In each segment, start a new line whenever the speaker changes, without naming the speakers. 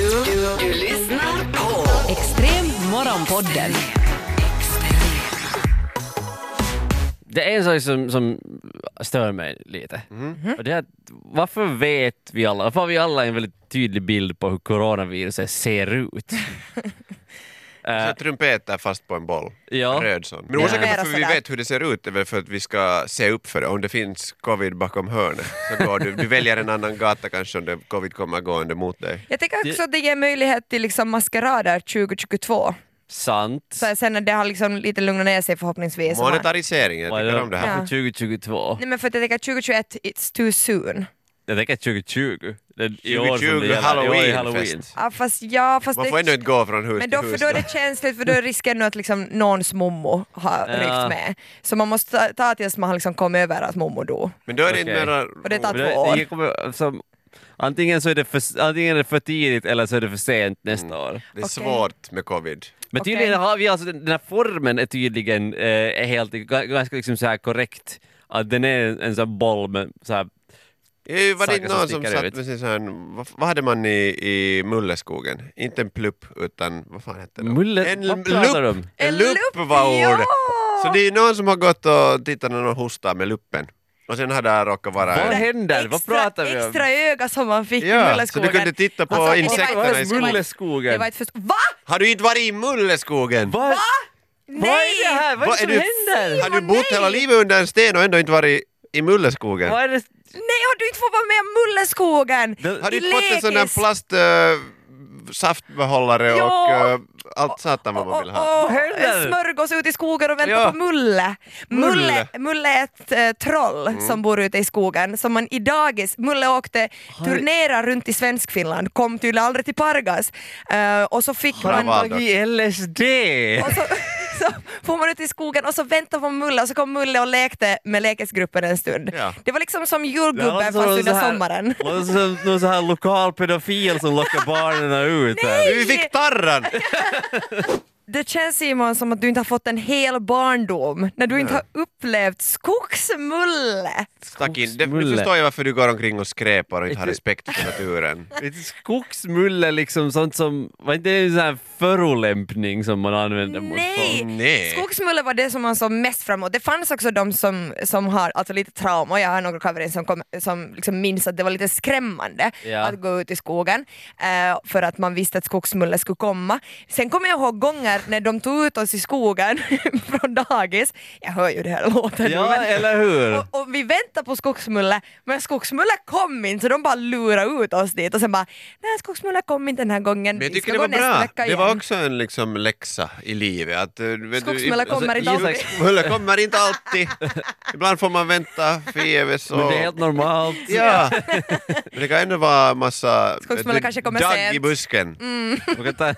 Du, du lyssnar på
Extrem morgonpodden.
Det är en sak som, som stör mig lite.
Mm.
Mhm.
Och det är att, varför vet vi alla, varför har vi alla en väldigt tydlig bild på hur coronaviruset ser ut?
Så trumpeter fast på en boll.
Ja.
Röd sån. Men
Ja.
orsaken till
Mera
varför vi
sådär.
vet hur det ser ut är väl för att vi ska se upp för det. Om det finns covid bakom hörnet så går du, du väljer en annan gata kanske om det covid kommer gående mot dig.
Jag tänker
Det-
också att det ger möjlighet till liksom maskerader 2022.
Sant.
Så här, sen när det har liksom lite lugnat ner sig förhoppningsvis. och man-
Monetariseringen, jag
Vad är
tycker om det här.
för 2022?
Nej men för att jag tänker att 2021, it's too soon.
Jag tänker 2020. Det är i år som det
2020
gäller. I år är
halloween,
halloween.
fest.
Ja, fast ja, fast
Man
det...
får ändå inte gå från hus
men
till
då, för
hus.
då är det känsligt för då är risken nu att liksom någons mommo har
Ja.
ryckt med. Så man måste ta, ta tills man har liksom kommit över att mommo dog.
Men då är det
Okej.
inte mera...
det tar-
Men det-
Två år.
det kommer som- Antingen så är det för, antingen är det för tidigt eller så är det för sent nästa
Mm.
år.
Det är svårt med covid.
Men
Okej.
tydligen har vi alltså, den den här formen är tydligen eh, är helt, ga- ganska liksom så här korrekt. Att den är en, en sån här boll med så här,
Eh, Var det
Saker
inte
som
någon som
sticker
satt
ut.
med sin sån här, vad, vad hade man i, i mulleskogen? Inte en plupp utan, vad fan hette det?
Mulle-
en
vad pratar du om?
lupp! En lupp var ordet! Så det är ju någon som har gått och tittat när någon hostar med luppen. Och sen hade det råkat vara
vad
en-
händer? Vad
extra,
pratar vi om?
Extra öga som man fick i
Ja, så
Mulleskogen.
du kunde titta på
Alltså, det var-
insekterna
Vad
i
är
skogen.
Det
mulleskogen?
var ett först... Va?
Har du inte varit i mulleskogen?
Vad
Nej!
vad är det här? Vad är det
Vad
som
är du-
händer?
Har du
Simon,
bott
nej!
hela livet under en sten och ändå inte varit i mulleskogen?
Vad är det?
Nej, har du inte fått vara med om Mulleskogen?
Det-
Har du
I
inte fått en sån där
lekis?
plast... eh, saftbehållare
Ja.
och eh, allt satan vad man vill ha?
Åh, åh,
händer?
en smörgås ute i skogen och vänta
Ja.
på Mulle. Mulle.
Mulle. Mm.
Mulle är ett eh, troll som bor ute i skogen som man i dagis, Mulle åkte turnera runt i Svenskfinland, kom tydligen aldrig till Pargas Eh, och så fick
Har han
man
varit-
Tagit LSD?
och så, så får man ut i skogen och så väntar på Mulle och så kom Mulle och lekte med lekisgruppen en stund.
Ja.
Det var liksom som
Det här
julgubben
låter som
fast
någon
under
så här-
sommaren.
låter som någon så här lokal pedofil som lockar barnen ut. här.
Vi fick tarran!
Det känns Simon som att du inte har fått en hel barndom när du inte har upplevt skogsmulle.
Stack in. Det,
Skogsmulle.
nu förstår jag varför du går omkring och skräpar och inte har
Inte-
respekt för naturen.
Lite skogsmulle liksom, sånt som, var inte det en sån här förolämpning som man använder mot
Nej.
folk?
Nej.
Skogsmulle var det som man såg mest fram emot. Det fanns också de som, som har alltså lite trauma, jag har några kaverin som, kom, som liksom minns att det var lite skrämmande
Ja.
att gå ut i skogen eh, för att man visste att skogsmulle skulle komma. Sen kommer jag ihåg gånger när de tog ut oss i skogen från dagis, jag hör ju det här låten nu,
Ja,
men-
eller hur?
Och, och vi väntade på Skogsmulle, men Skogsmulle kom inte så de bara lurade ut oss dit och sen bara nej Skogsmulle kom inte den här gången,
Men jag
vi ska
tycker det
gå
var
nästa
bra.
vecka
Det
igen.
var också en liksom läxa i livet. Att, eh, vet du,
Skogsmulla kommer inte
Isak-
alltid.
Skogsmulla kommer inte alltid. Ibland får man vänta förgäves.
Men
och-
det är helt normalt.
Ja. Men det kan ändå vara massa
Skogsmulla
vet du,
kanske kommer
dagg
sent. Mm.
i busken.
Man kan ta,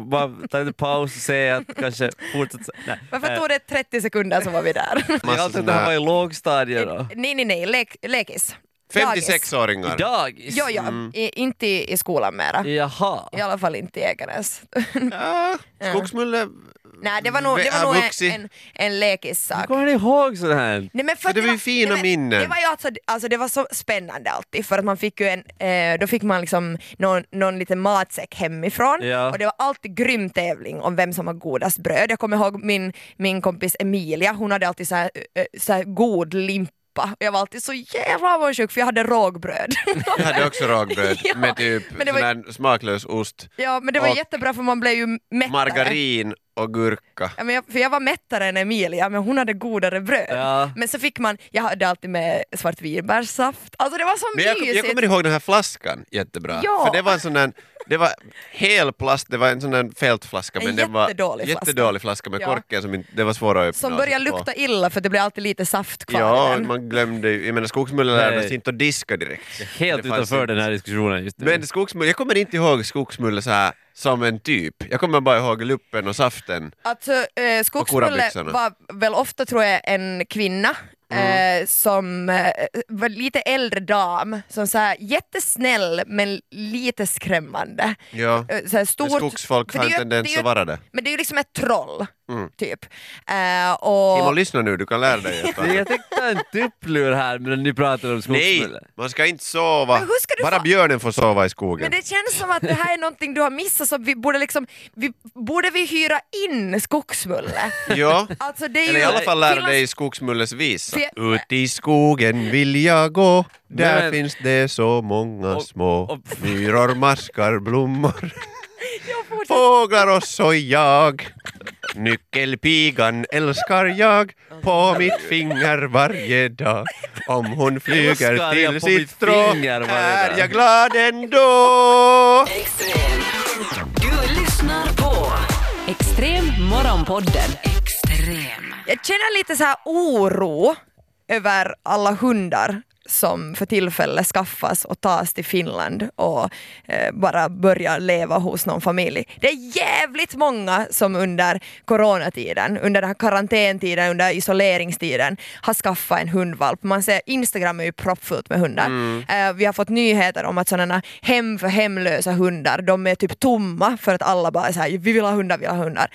bara ta lite paus och se att kanske fortsätta. Nej.
Varför tog det 30 sekunder så var vi där?
Jag
Massa
alltid det
såna
här var
här
i lågstadiet då.
nej nej nej, lek, lekis. Dagis.
56-åringar.
Dagis?
Ja ja,
Mm.
I, inte i, i skolan mera.
Jaha.
I alla fall inte i Ekenäs.
Ja, Skogsmulle.
nej det var nog, det var
Har
nog
vuxit.
en, en, en lekissak.
Hur kommer ni ihåg sånt här?
Nej, men för
Men
att
det var ju fina
nej, men
minnen.
Det var, ju alltså, alltså, det var så spännande alltid för att man fick ju en, eh, då fick man liksom någon, någon liten matsäck hemifrån
Ja.
och det var alltid grym tävling om vem som har godast bröd. Jag kommer ihåg min, min kompis Emilia, hon hade alltid så här, eh, så här god limpa och jag var alltid så jävla avundsjuk för jag hade rågbröd.
Jag hade också rakbröd
Ja,
med typ
men det var-
sån här smaklös ost,
ja men det var
Och
jättebra för man blev ju mättare.
margarin och gurka.
Ja, men jag, för jag var mättare än Emilia, men hon hade godare bröd.
Ja.
Men så fick man, jag hade alltid med svart vinbärssaft. Alltså det var så
Men jag, kom-
mysigt.
jag kommer ihåg den här flaskan jättebra.
Ja.
För det var en sån där, det var hel plast, det var en sån där fältflaska
En
men det var
jättedålig flaska.
jättedålig flaska med
Ja.
korken som inte, det var svårare att öppna.
Som
och
börjar
sätta på.
lukta illa för det blir alltid lite saft kvar i
Ja,
den.
man glömde ju, jag menar skogsmulle lärde
Nej.
sig inte att diska direkt.
Helt
Det fanns
utanför
inte.
den här diskussionen just nu.
Men skogsmulle, jag kommer inte ihåg skogsmulle så här som en typ. Jag kommer bara ihåg luppen och saften.
Alltså, eh, skogsmulle
korabyxorna.
var väl ofta tror jag en kvinna
Mm.
eh, som eh, var lite äldre dam som så här, jättesnäll men lite skrämmande.
Ja.
Eh, Så här,
Men
stort,
skogsfolk
för
har
det
en
är ju-
tendens
det är ju-
att vara det.
Men det är ju liksom ett troll.
Mm.
Typ. Eh, och...
Simon, lyssna nu, du kan lära dig ett
Nej, Jag
annat.
täckte en tupplur här medan ni pratade om
Nej,
skogsmulle.
man ska inte sova.
Men hur ska du
Bara
få-
björnen får sova i skogen.
Men det känns som att det här är någonting du har missat, så vi borde, liksom, vi, borde vi hyra in skogsmulle?
Ja.
Alltså det är
Eller
ju
i alla fall lära
Finlands-
dig skogsmullens
Fi-
visa. Ut i skogen vill jag gå, där
Men-
finns det så många
Och-
små
och-
Myror, maskar, blommor,
Jag fortsätter.
fåglar och så jag Nyckelpigan älskar jag på mitt finger varje dag Om hon flyger
Älskar jag
till
på
sitt
mitt
strå
finger varje
är
dag.
jag glad ändå
Extrem. Du lyssnar på
Extrem morgonpodden.
Extrem.
Jag känner lite så här oro över alla hundar som för tillfället skaffas och tas till Finland och eh, bara börjar leva hos någon familj. Det är jävligt många som under coronatiden, under den här karantäntiden, under isoleringstiden har skaffat en hundvalp. Man ser Instagram är ju proppfullt med hundar. Eh, vi har fått nyheter om att sådana hem för hemlösa hundar, de är typ tomma för att alla bara är så här, vi vill ha hundar, vi vill ha hundar.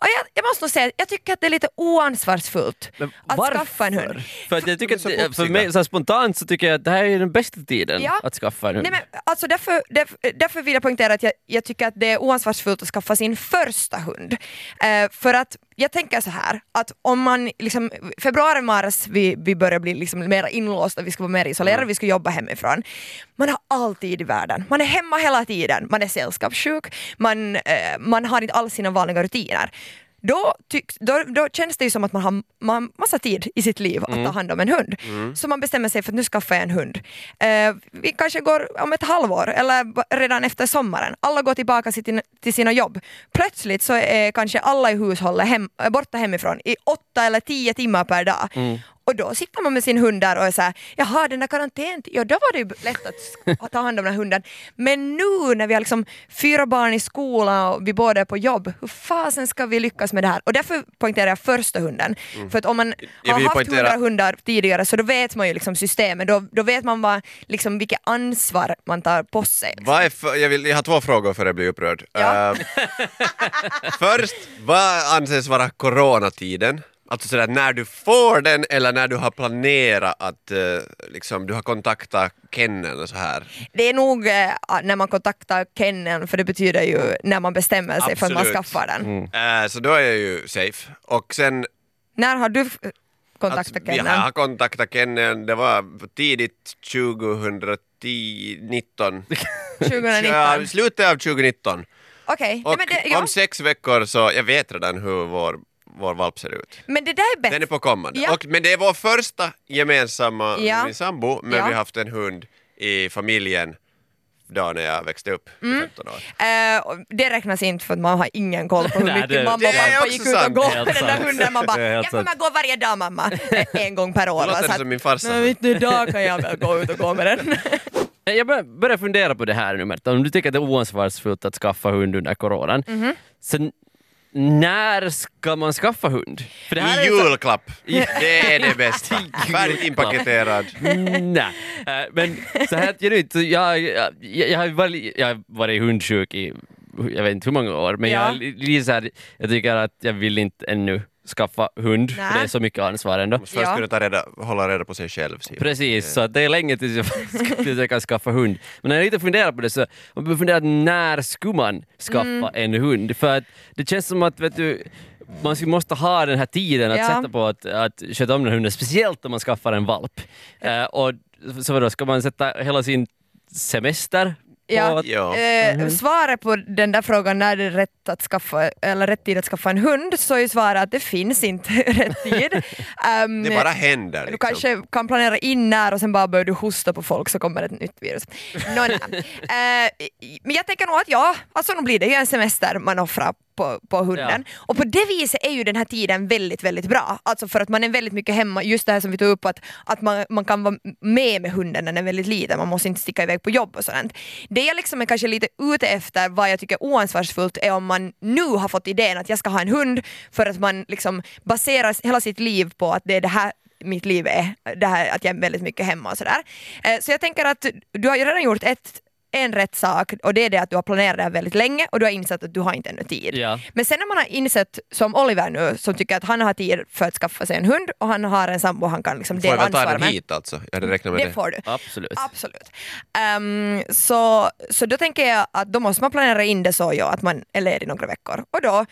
Och jag, jag måste nog säga, jag tycker att det är lite oansvarsfullt
Men
att skaffa en hund.
För, att jag tycker att,
Så
det- för
popsiga.
mig så här spontant så tycker jag att det här är den bästa tiden
Ja.
att skaffa en hund.
Nej, men, alltså därför, därför, därför vill jag poängtera att jag, jag tycker att det är oansvarsfullt att skaffa sin första hund. Eh, för att jag tänker så här, att om man liksom, februari, mars, vi, vi börjar bli liksom mer inlåsta, vi ska vara mer isolerade,
Mm.
vi ska jobba hemifrån. Man har alltid i världen, man är hemma hela tiden, man är sällskapssjuk, man, eh, man har inte alls sina vanliga rutiner. Då, tycks, då, då känns det ju som att man har man, massa tid i sitt liv att ta hand om en hund. Så man bestämmer sig för att nu skaffar jag en hund. Eh, vi kanske går om ett halvår eller b- redan efter sommaren. Alla går tillbaka till, till sina jobb. Plötsligt så är kanske alla i hushållet hem, eh, borta hemifrån i åtta eller tio timmar per dag. Och då sitter man med sin hund där och är såhär, jaha den där karantän, ja då var det ju lätt att sk- ta hand om den här hunden. Men nu när vi har liksom fyra barn i skolan och vi båda är på jobb, hur fasen ska vi lyckas med det här? Och därför poängterar jag första hunden. För att om man
Mm. Jag
har
vill
haft
poängtera-
hundra hundar tidigare så då vet man ju liksom systemet, då, då vet man vad, liksom vilket ansvar man tar på sig.
Vad är för, jag, vill, jag har två frågor för att jag blir upprörd.
Ja.
Eh, först, vad anses vara coronatiden? Alltså sådär när du får den eller när du har planerat att eh, liksom, du har kontaktat Ken eller så här.
Det är nog eh, när man kontaktar kenneln, för det betyder ju när man bestämmer sig för att man
Absolut.
skaffar den.
Eh, så då är jag ju safe. Och sen
När har du f- kontaktat
att vi
kenneln?
har kontaktat kenneln, det var tidigt 2019.
2019?
Ja, i slutet av 2019.
Okej,
Och
Nej, men, det- ja.
om sex veckor så, jag vet redan hur vår, vår valp ser ut.
men det där är bättre.
Den är på kommande.
Ja.
Och, men det är vår första gemensamma,
Ja.
min sambo, men
Ja.
vi har haft en hund i familjen då när jag växte upp
Mm.
i 15 år.
Eh, och det räknas inte för att man har ingen koll på hur
Nej,
mycket
det-
mamma och
det är
pappa
också
gick ut och
sant.
gav
Helt
den där
sant.
hunden. Man bara,
Det är helt
jag kommer
sant.
gå varje dag mamma, en gång per år.
Det
va? Så
låter
att-
som min farsa.
Men vet du, idag kan jag väl gå ut och gå med den.
Jag bör- börjar fundera på det här nu Märta, om du tycker att det är oansvarsfullt att skaffa hund under coronan.
Mhm.
Sen, när ska man skaffa hund? För det här
I
är så-
julklapp! Det är det bästa. Färdigt inpaketerad.
Nej, eh, men så här genuint, så jag, jag, jag, har varit, jag har varit hundsjuk i jag vet inte hur många år, men
Ja.
jag, är li- lite så här, jag tycker att jag vill inte ännu skaffa hund,
Nej.
för det är så mycket ansvar ändå.
Måste först
Ja.
kunna ta reda, hålla reda på sig själv. Simon.
Precis, så att det är länge tills jag, tills jag kan skaffa hund. Men när jag lite funderar på det så, man behöver fundera när skulle man skaffa
Mm.
en hund? För att det känns som att, vet du, man ska- måste ha den här tiden att
Ja.
sätta på att, att köta om den här hunden, speciellt om man skaffar en valp. Eh, och så vadå, ska man sätta hela sin semester på
Ja.
att...
Ja.
Eh, svaret på den där frågan när det är rätt, att skaffa, eller rätt tid att skaffa en hund så är svaret att det finns inte rätt tid. Ehm,
Det bara händer.
Du
Liksom.
kanske kan planera in när och sen bara börjar du hosta på folk så kommer ett nytt virus. Nå, nej. Eh, men jag tänker nog att ja, alltså nu blir det ju en semester man offrar på, på hunden. Och på det viset är ju den här tiden väldigt, väldigt bra. Alltså för att man är väldigt mycket hemma, just det här som vi tog upp att, att man, man kan vara med med hunden när den är väldigt liten, man måste inte sticka iväg på jobb och sånt. Det jag liksom är kanske lite ute efter vad jag tycker är oansvarsfullt är om man nu har fått idén att jag ska ha en hund för att man liksom baserar hela sitt liv på att det är det här mitt liv är, det här att jag är väldigt mycket hemma och sådär. Eh, Så jag tänker att du har ju redan gjort ett en rätt sak och det är det att du har planerat det här väldigt länge och du har insett att du har inte ännu tid.
Ja.
Men sen när man har insett, som Oliver nu, som tycker att han har tid för att skaffa sig en hund och han har en sambo han kan liksom
Får jag
dela
väl ta
ansvar
den
med. Mm.
hit alltså? Jag hade räknat med det.
Det får du.
Absolut.
Absolut. Ehm, så, så då tänker jag att då måste man planera in det så ja, att man är ledig några veckor och då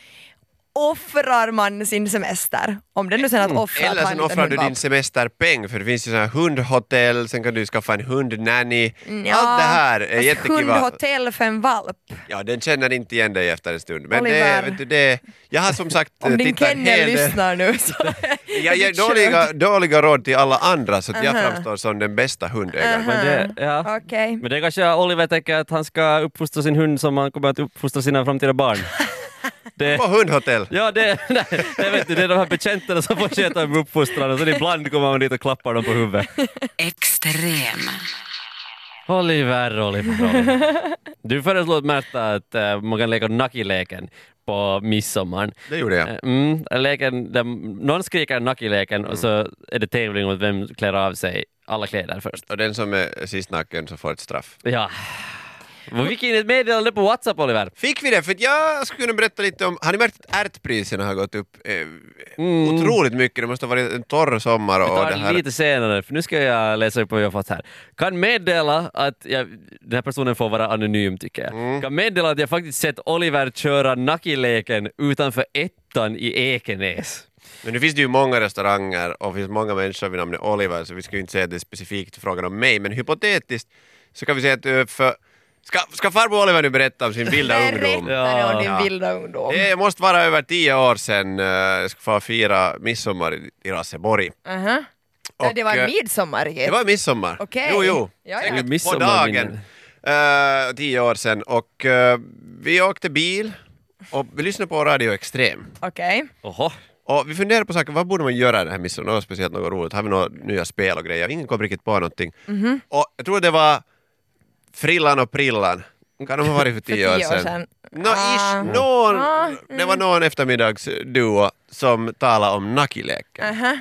offrar man sin semester. Om det nu sen att offra
Mm. Eller
att
sen
ha en
offrar du
liten
din
hundvalp.
semesterpeng för det finns ju sådana här hundhotell, sen kan du skaffa en hundnanny.
Mm. Ja,
Allt det här är
fast
jättekiva.
Hundhotell för en valp.
Ja, den känner inte igen dig efter en stund. Men det,
Oliver.
vet du, det, jag har som sagt eh,
Om din
tittat en
kennel
hel del.
lyssnar nu så...
Jag ger dåliga, dåliga råd till alla andra så att jag framstår som den bästa hundägaren.
Men det, Eh, ja.
Okej.
Men det kanske Oliver tänker att han ska uppfostra sin hund som han kommer att uppfostra sina framtida barn. Det,
På hundhotell!
ja, det, nej, det, vet du, det är de här betjänterna som får sköta med uppfostran och sen ibland kommer man dit och klappar dem på huvudet.
Extrem.
Oliver, Oliver, Oliver. Du föreslår Märta att eh, man kan leka Naki-leken på midsommar.
Det gjorde jag.
Eh, Mm, leken där någon skriker Naki-leken och så är det tävling om vem klär av sig alla kläder först.
Och den som är sist naken så får ett straff.
Ja. Vi fick in ett meddelande på Whatsapp, Oliver.
Fick vi det? För att jag skulle kunna berätta lite om... Har ni märkt att ärtpriserna har gått upp eh,
Mm.
otroligt mycket? Det måste ha varit en torr sommar
Vi
och
tar
det
det
här...
lite senare, för nu ska jag läsa upp vad jag har fått här. Kan meddela att jag, den här personen får vara anonym tycker jag.
Mm.
Kan meddela att jag faktiskt sett Oliver köra Naki-leken utanför ettan i Ekenäs.
Men nu finns det ju många restauranger och finns många människor vid namnet Oliver så vi ska ju inte säga att det är specifikt frågan om mig men hypotetiskt så kan vi säga att eh, för... Ska, ska farbror Oliver nu berätta om sin vilda ungdom?
Berätta om
Ja.
din vilda ungdom.
Det måste vara över tio år sedan eh, jag ska få fira midsommar i- i Raseborg.
Aha. Ja, det var
Och, eh,
en midsommar
Det var midsommar.
Okej.
Jo, jo.
Ja, ja.
Säkert
Det är midsommar,
På dagen.
minnen.
Eh, tio år sedan. Och eh, vi åkte bil och vi lyssnade på Radio Extrem.
Okej.
Oho.
Och vi funderade på saker, vad borde man göra den här midsommar? Något speciellt, något roligt? Har vi några nya spel och grejer? Ingen kom riktigt på någonting.
Mhm.
Och jag tror det var Frillan och Prillan. Kan de ha varit för tio,
tio år sedan.
Nå,
Ah.
ish, någon,
Ah,
Det var någon eftermiddagsduo som talade om nakileken.
Aha.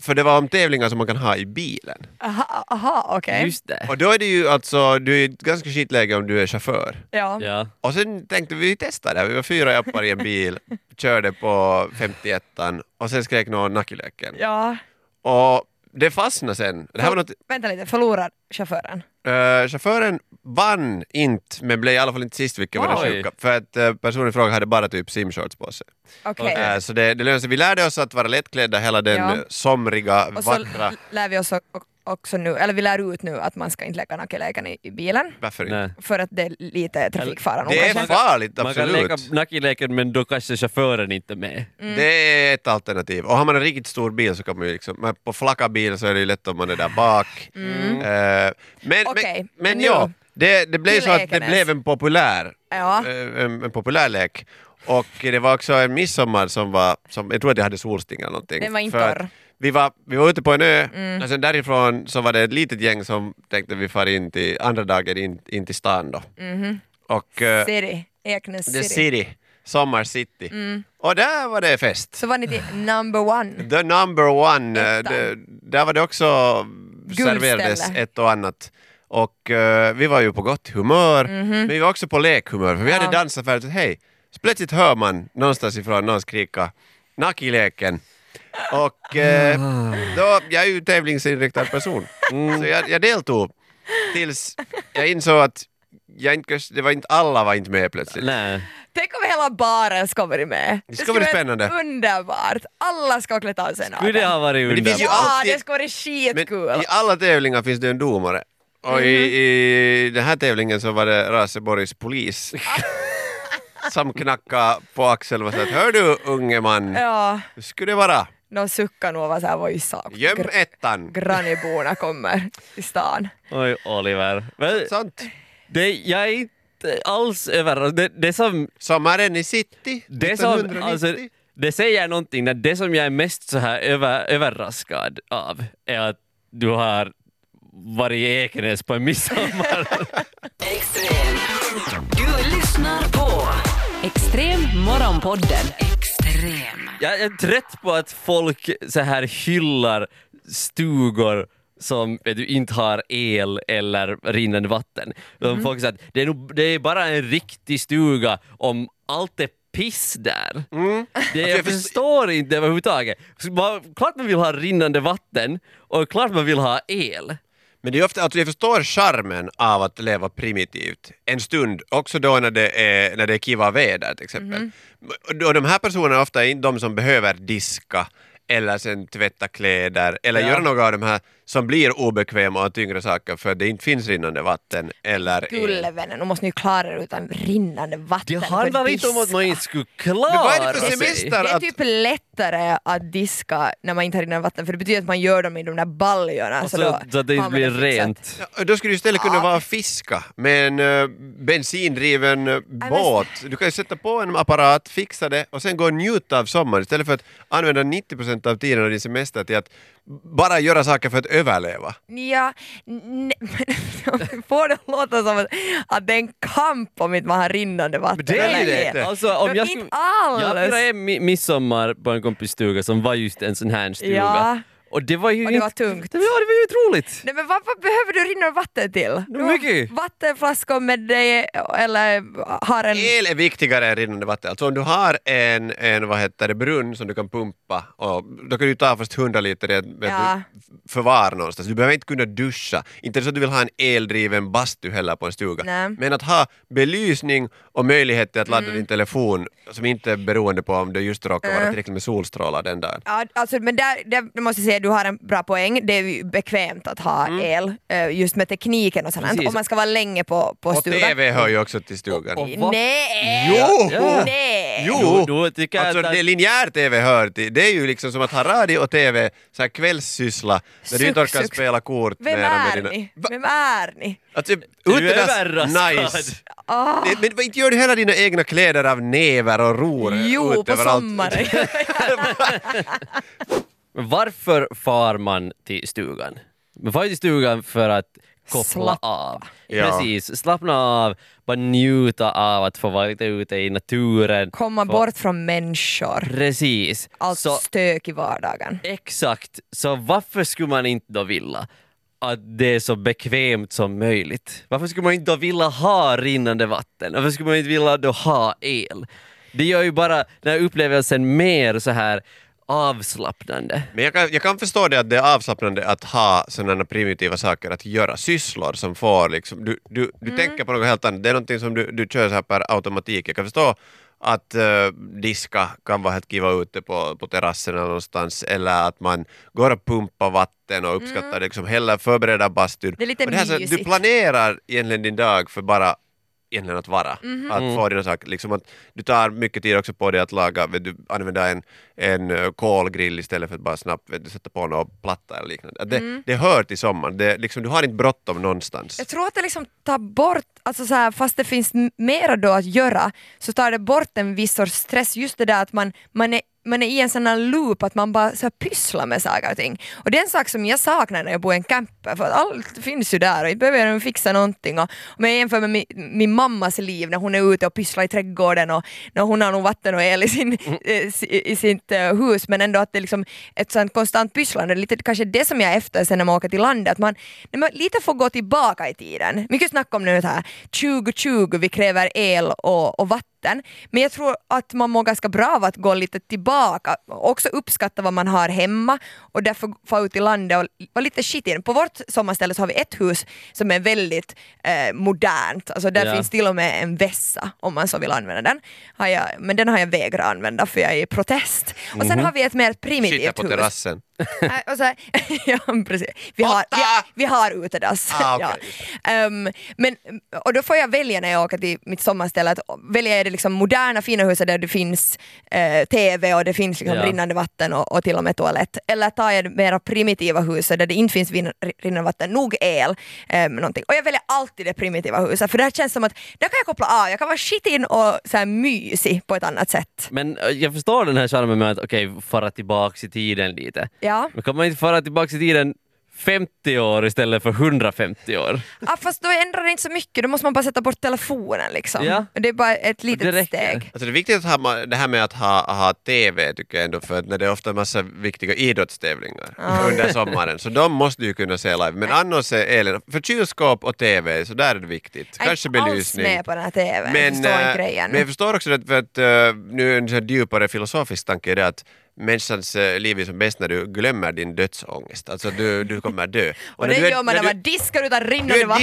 För det var om tävlingar som man kan ha i bilen.
Aha, aha okej.
Just det.
Och då är det ju alltså, du är i ett ganska skitläge om du är chaufför.
Ja.
Ja.
Och sen tänkte vi, vi testar det här. Vi var fyra jappar i en bil, körde på 51 och sen skrek någon nackilöken.
ja.
Och det fastnade sen. Det här var något,
Vänta lite, förlorar chauffören?
eh, chauffören vann inte, men blev i alla fall inte sist vilket var det
Oj.
sjuka. För att eh, personen i fråga hade bara typ simshorts på sig.
Okej.
Eh, så det, det löste sig. Vi lärde oss att vara lättklädda hela den
Ja.
eh, somriga,
Och så
vackra...
l- lär vi oss o- också nu, eller vi lär ut nu att man ska inte lägga nackelägen i, i bilen
Varför inte?
Nej.
för att det är lite trafikfara nog
Det är
kanske.
farligt,
Man kan
absolut.
leka Naki-leken men då kanske chauffören inte är med.
Mm.
Det är ett alternativ. Och har man en riktigt stor bil så kan man ju liksom, men på flacka bil så är det ju lätt om man är där bak. Eh, men
Mm. Okej,
men, men
nu.
ja, det, det blev
Till
så att det
Ekenäs.
blev en populär,
Ja.
eh, en, en populär lek. Och det var också en midsommar som var, som, jag tror att jag hade solsting eller någonting.
Den var inte
För att
torr. Mm.
vi var, vi var ute på en ö och sen därifrån så var det ett litet gäng som tänkte vi far in till, andra dagen in, in till stan då.
Mm. Mhm.
Och eh,
City, Eknäs
the
city.
city, Sommar City.
Mm.
Och där var det fest.
Så var ni till number one.
The number one, eh,
Ettan.
det, där var det också
Guldställe.
serverades ett och annat. Och eh, vi var ju på gott humör,
Mhm.
men vi var också på lekhumör, för vi hade dansat färdigt. Hej! Så plötsligt hör man någonstans ifrån någon skrika Naki-leken. Och eh,
Ah.
då, jag är ju tävlingsinriktad person,
Mm.
så jag, jag deltog tills jag insåg att jag inte, det var inte, alla var inte med plötsligt.
Nej.
Tänk om hela baren ska vara med.
Det ska vara spännande.
underbart. Alla ska ha klätt av sig
Skulle det
naken.
ha varit
det finns ju
underbart?
Ja,
alltid-
det ska vara
Men
skitkul.
i alla tävlingar finns det en domare. Och
Mhm.
i, i den här tävlingen så var det Raseborgs polis som knackade på axeln och sa att hör du unge man,
Ja,
hur skulle det vara?
de suckar nog och var såhär, vad sak.
Göm
Gr-
ettan.
Granneborna kommer till stan.
Oj, Oliver. Men,
Sant.
det, jag är inte alls överraskad. Det, det som
Sommaren i city
det som,
1990.
alltså, det säger någonting, när det som jag är mest så här över, överraskad av är att du har varit i Ekenäs på en midsommar.
Extrem. Du lyssnar på
Extrem morgonpodden.
Extrem.
jag är trött på att folk så här hyllar stugor som vet du, inte har el eller rinnande vatten. De
Mm.
Folk säger att det är, nog, det är bara en riktig stuga om allt är piss där. Det, jag,
jag Mm. först-
förstår inte överhuvudtaget. Så man- Klart man vill ha rinnande vatten och klart man vill ha el.
Men det är ofta, alltså jag förstår charmen av att leva primitivt en stund, också då när det är, när det är kiva väder till exempel. Och de här personerna är ofta inte de som behöver diska eller sen tvätta kläder eller
Ja.
göra några av de här som blir obekväma och tyngre saker för det inte finns rinnande vatten eller el.
Gullvännen, nu måste ni ju klara er utan rinnande
Det
vatten.
handlar
för
inte om att
diska.
man inte skulle
Men vad är
klara
det för
sig.
semester?
Det är
Att,
typ lättare att diska när man inte har rinnande vatten för det betyder att man gör dem i de där baljorna.
Och
Alltså,
så,
så,
då
så att
har
det inte
man
blir
det fixat.
rent.
Ja, då skulle du istället kunna vara och fiska med en eh, bensindriven eh, båt. Du kan ju sätta på en apparat, fixa det och sen gå och njuta av sommaren istället för att använda 90% av tiden av din semester till att bara göra saker för att överleva.
Ja, ne- men får det låta som att, att det är en kamp om inte man har rinnande vatten?
Det är ju
eller
det!
el?
Alltså, om
Men
jag
inte
skulle,
alls!
Jag firade mi- midsommar på en kompis stuga som var just en sån här stuga.
Ja.
Och det var ju
Och det var
inte-
tungt.
Ja, det var ju inte roligt.
Nej, men vad, vad behöver du rinnande vatten till? Du har
mycket.
Vattenflaskor med dig eller har en...
El är viktigare än rinnande vatten. Alltså om du har en, en vad heter det, brunn som du kan pumpa, och då kan du ta först 100 liter i ett vet
Ja.
du, förvar någonstans. Du behöver inte kunna duscha. Inte så att du vill ha en eldriven bastu heller på en stuga.
Nej. Mm.
Men att ha belysning och möjlighet till att ladda din telefon som inte är beroende på om det just råkar
Eh.
vara tillräckligt med solstrålar den dagen.
Ja, alltså, men där, där måste jag säga att du har en bra poäng. Det är ju bekvämt att ha
Mm.
el eh, just med tekniken och sånt.
Precis.
Om man ska vara länge på, på
Och
stugan.
TV hör ju också till stugan.
Och- Va?
Nej!
Jo!
Nej!
Jo!
Då- då tycker jag
alltså
att-
det linjär TV hör till, det är ju liksom som att ha radio och TV, så här kvällssyssla, när du inte
Suck,
orkar
suck.
spela kort
Vem
mera
är
med
ni?
Va?
Vem är ni?
Alltså,
är
utedass,
överraskad.
nice.
alltså. Ah.
Det, men vad- inte gör du hela dina egna kläder av näver och ror
Jo,
ut
på
överallt.
sommaren.
Men Varför far man till stugan? Man far ju till stugan för att koppla
Slappna.
av.
Ja.
Precis, slappna av, bara njuta av att få vara lite ute i naturen.
Komma
Få-
bort från människor,
Precis.
allt
Så,
stök i vardagen.
exakt, så varför skulle man inte då vilja att det är så bekvämt som möjligt? Varför skulle man inte då vilja ha rinnande vatten? Varför skulle man inte vilja då ha el? Det gör ju bara den här upplevelsen mer så här avslappnande.
Men jag kan, jag kan förstå det att det är avslappnande att ha sådana primitiva saker att göra, sysslor som får liksom, du, du, du
Mm.
tänker på något helt annat, det är någonting som du, du kör så här per automatik. Jag kan förstå att eh, diska kan vara helt kiva ute på, på terrassen eller någonstans eller att man går och pumpar vatten och uppskattar det, liksom, heller förbereda bastun.
Mm. Det är lite
och det här, så att du
mysigt.
planerar egentligen din dag för bara egentligen att vara. Att få dina saker, liksom att du tar mycket tid också på dig att laga, vet du använda en, en eh, kolgrill istället för att bara snabbt vet du, sätta på någon platta eller liknande. Att Det, det hör till sommaren, det, liksom, du har inte bråttom någonstans.
Jag tror att det liksom tar bort, alltså så här, fast det finns m- mera då att göra, så tar det bort en viss sorts stress, just det där att man, man, är, man är i en sån här loop, att man bara så här, pysslar med saker och ting. Och det är en sak som jag saknar när jag bor i en camper, för att allt finns ju där och inte behöver jag fixa någonting. Och om jag jämför med min, min mammas liv när hon är ute och pysslar i trädgården och när hon har nog vatten och el i, sin, eh, si- i sitt eh, hus, men ändå att det är liksom ett sånt konstant pysslande, lite kanske det som jag är efter sen när man åker till landet, att man, när man lite får gå tillbaka i tiden. Mycket snack om nu det här 2020, vi kräver el och, och vatten, men jag tror att man mår ganska bra av att gå lite tillbaka, också uppskatta vad man har hemma och därför få ut i landet och vara lite shit i den. På vårt sommarställe så har vi ett hus som är väldigt eh, modernt, alltså där
Ja.
finns till och med en vässa om man så vill använda den. Har jag, men den har jag vägrat använda för jag är i protest. Och sen har vi ett mer
Sitta
primitivt
Mhm. på
hus.
terrassen.
Nej, och så här, ja, precis. Vi har, vi, vi har utedass.
Ah, okej,
ja. Ehm, men, och då får jag välja när jag åker till mitt sommarställe, att välja det liksom moderna fina huset där det finns eh, TV och det finns liksom
Ja.
rinnande vatten och, och till och med toalett. Eller tar jag det mera primitiva huset där det inte finns vin- rinnande vatten, nog el. ehm, någonting. Och jag väljer alltid det primitiva huset för där känns det som att där kan jag koppla av, jag kan vara shit in och så här mysig på ett annat sätt.
Men eh, jag förstår den här charmen med att okej, fara tillbaks i tiden lite.
Ja.
Men kan man inte fara tillbaks i tiden 50 år istället för 150 år.
Ah, fast då ändrar det inte så mycket, då måste man bara sätta bort telefonen liksom.
Ja.
Det är bara ett
Det
litet
räcker.
steg.
Alltså det är viktigt att ha, ma- det här med att ha, ha TV tycker jag ändå för att när det är ofta en massa viktiga idrottstävlingar
Ja.
under sommaren så de måste du ju kunna se live. Men annars är Elin, för kylskåp och TV så där är det viktigt. Kanske
jag är inte alls
belysning.
med på den här TVn, jag
Men,
förstår
eh,
inte grejen.
men jag förstår också att, för att eh, nu är en sån här djupare filosofisk tanke är det att människans eh, liv är som bäst när du glömmer din dödsångest. Alltså du, du kommer dö.
och det
när du är-
gör man när
du-
man diskar utan
du
rinnande
är
vatten.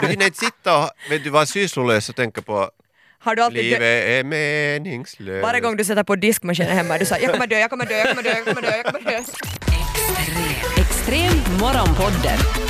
du hinner inte sitta och vet du, vara sysslolös och tänka på
Har du alltid dö-
livet är meningslöst.
varje gång du sätter på diskmaskinen hemma, du säger jag kommer dö, jag kommer dö, jag kommer dö, jag kommer dö, jag kommer dö.
Extrem.
Extrem morgonpodden.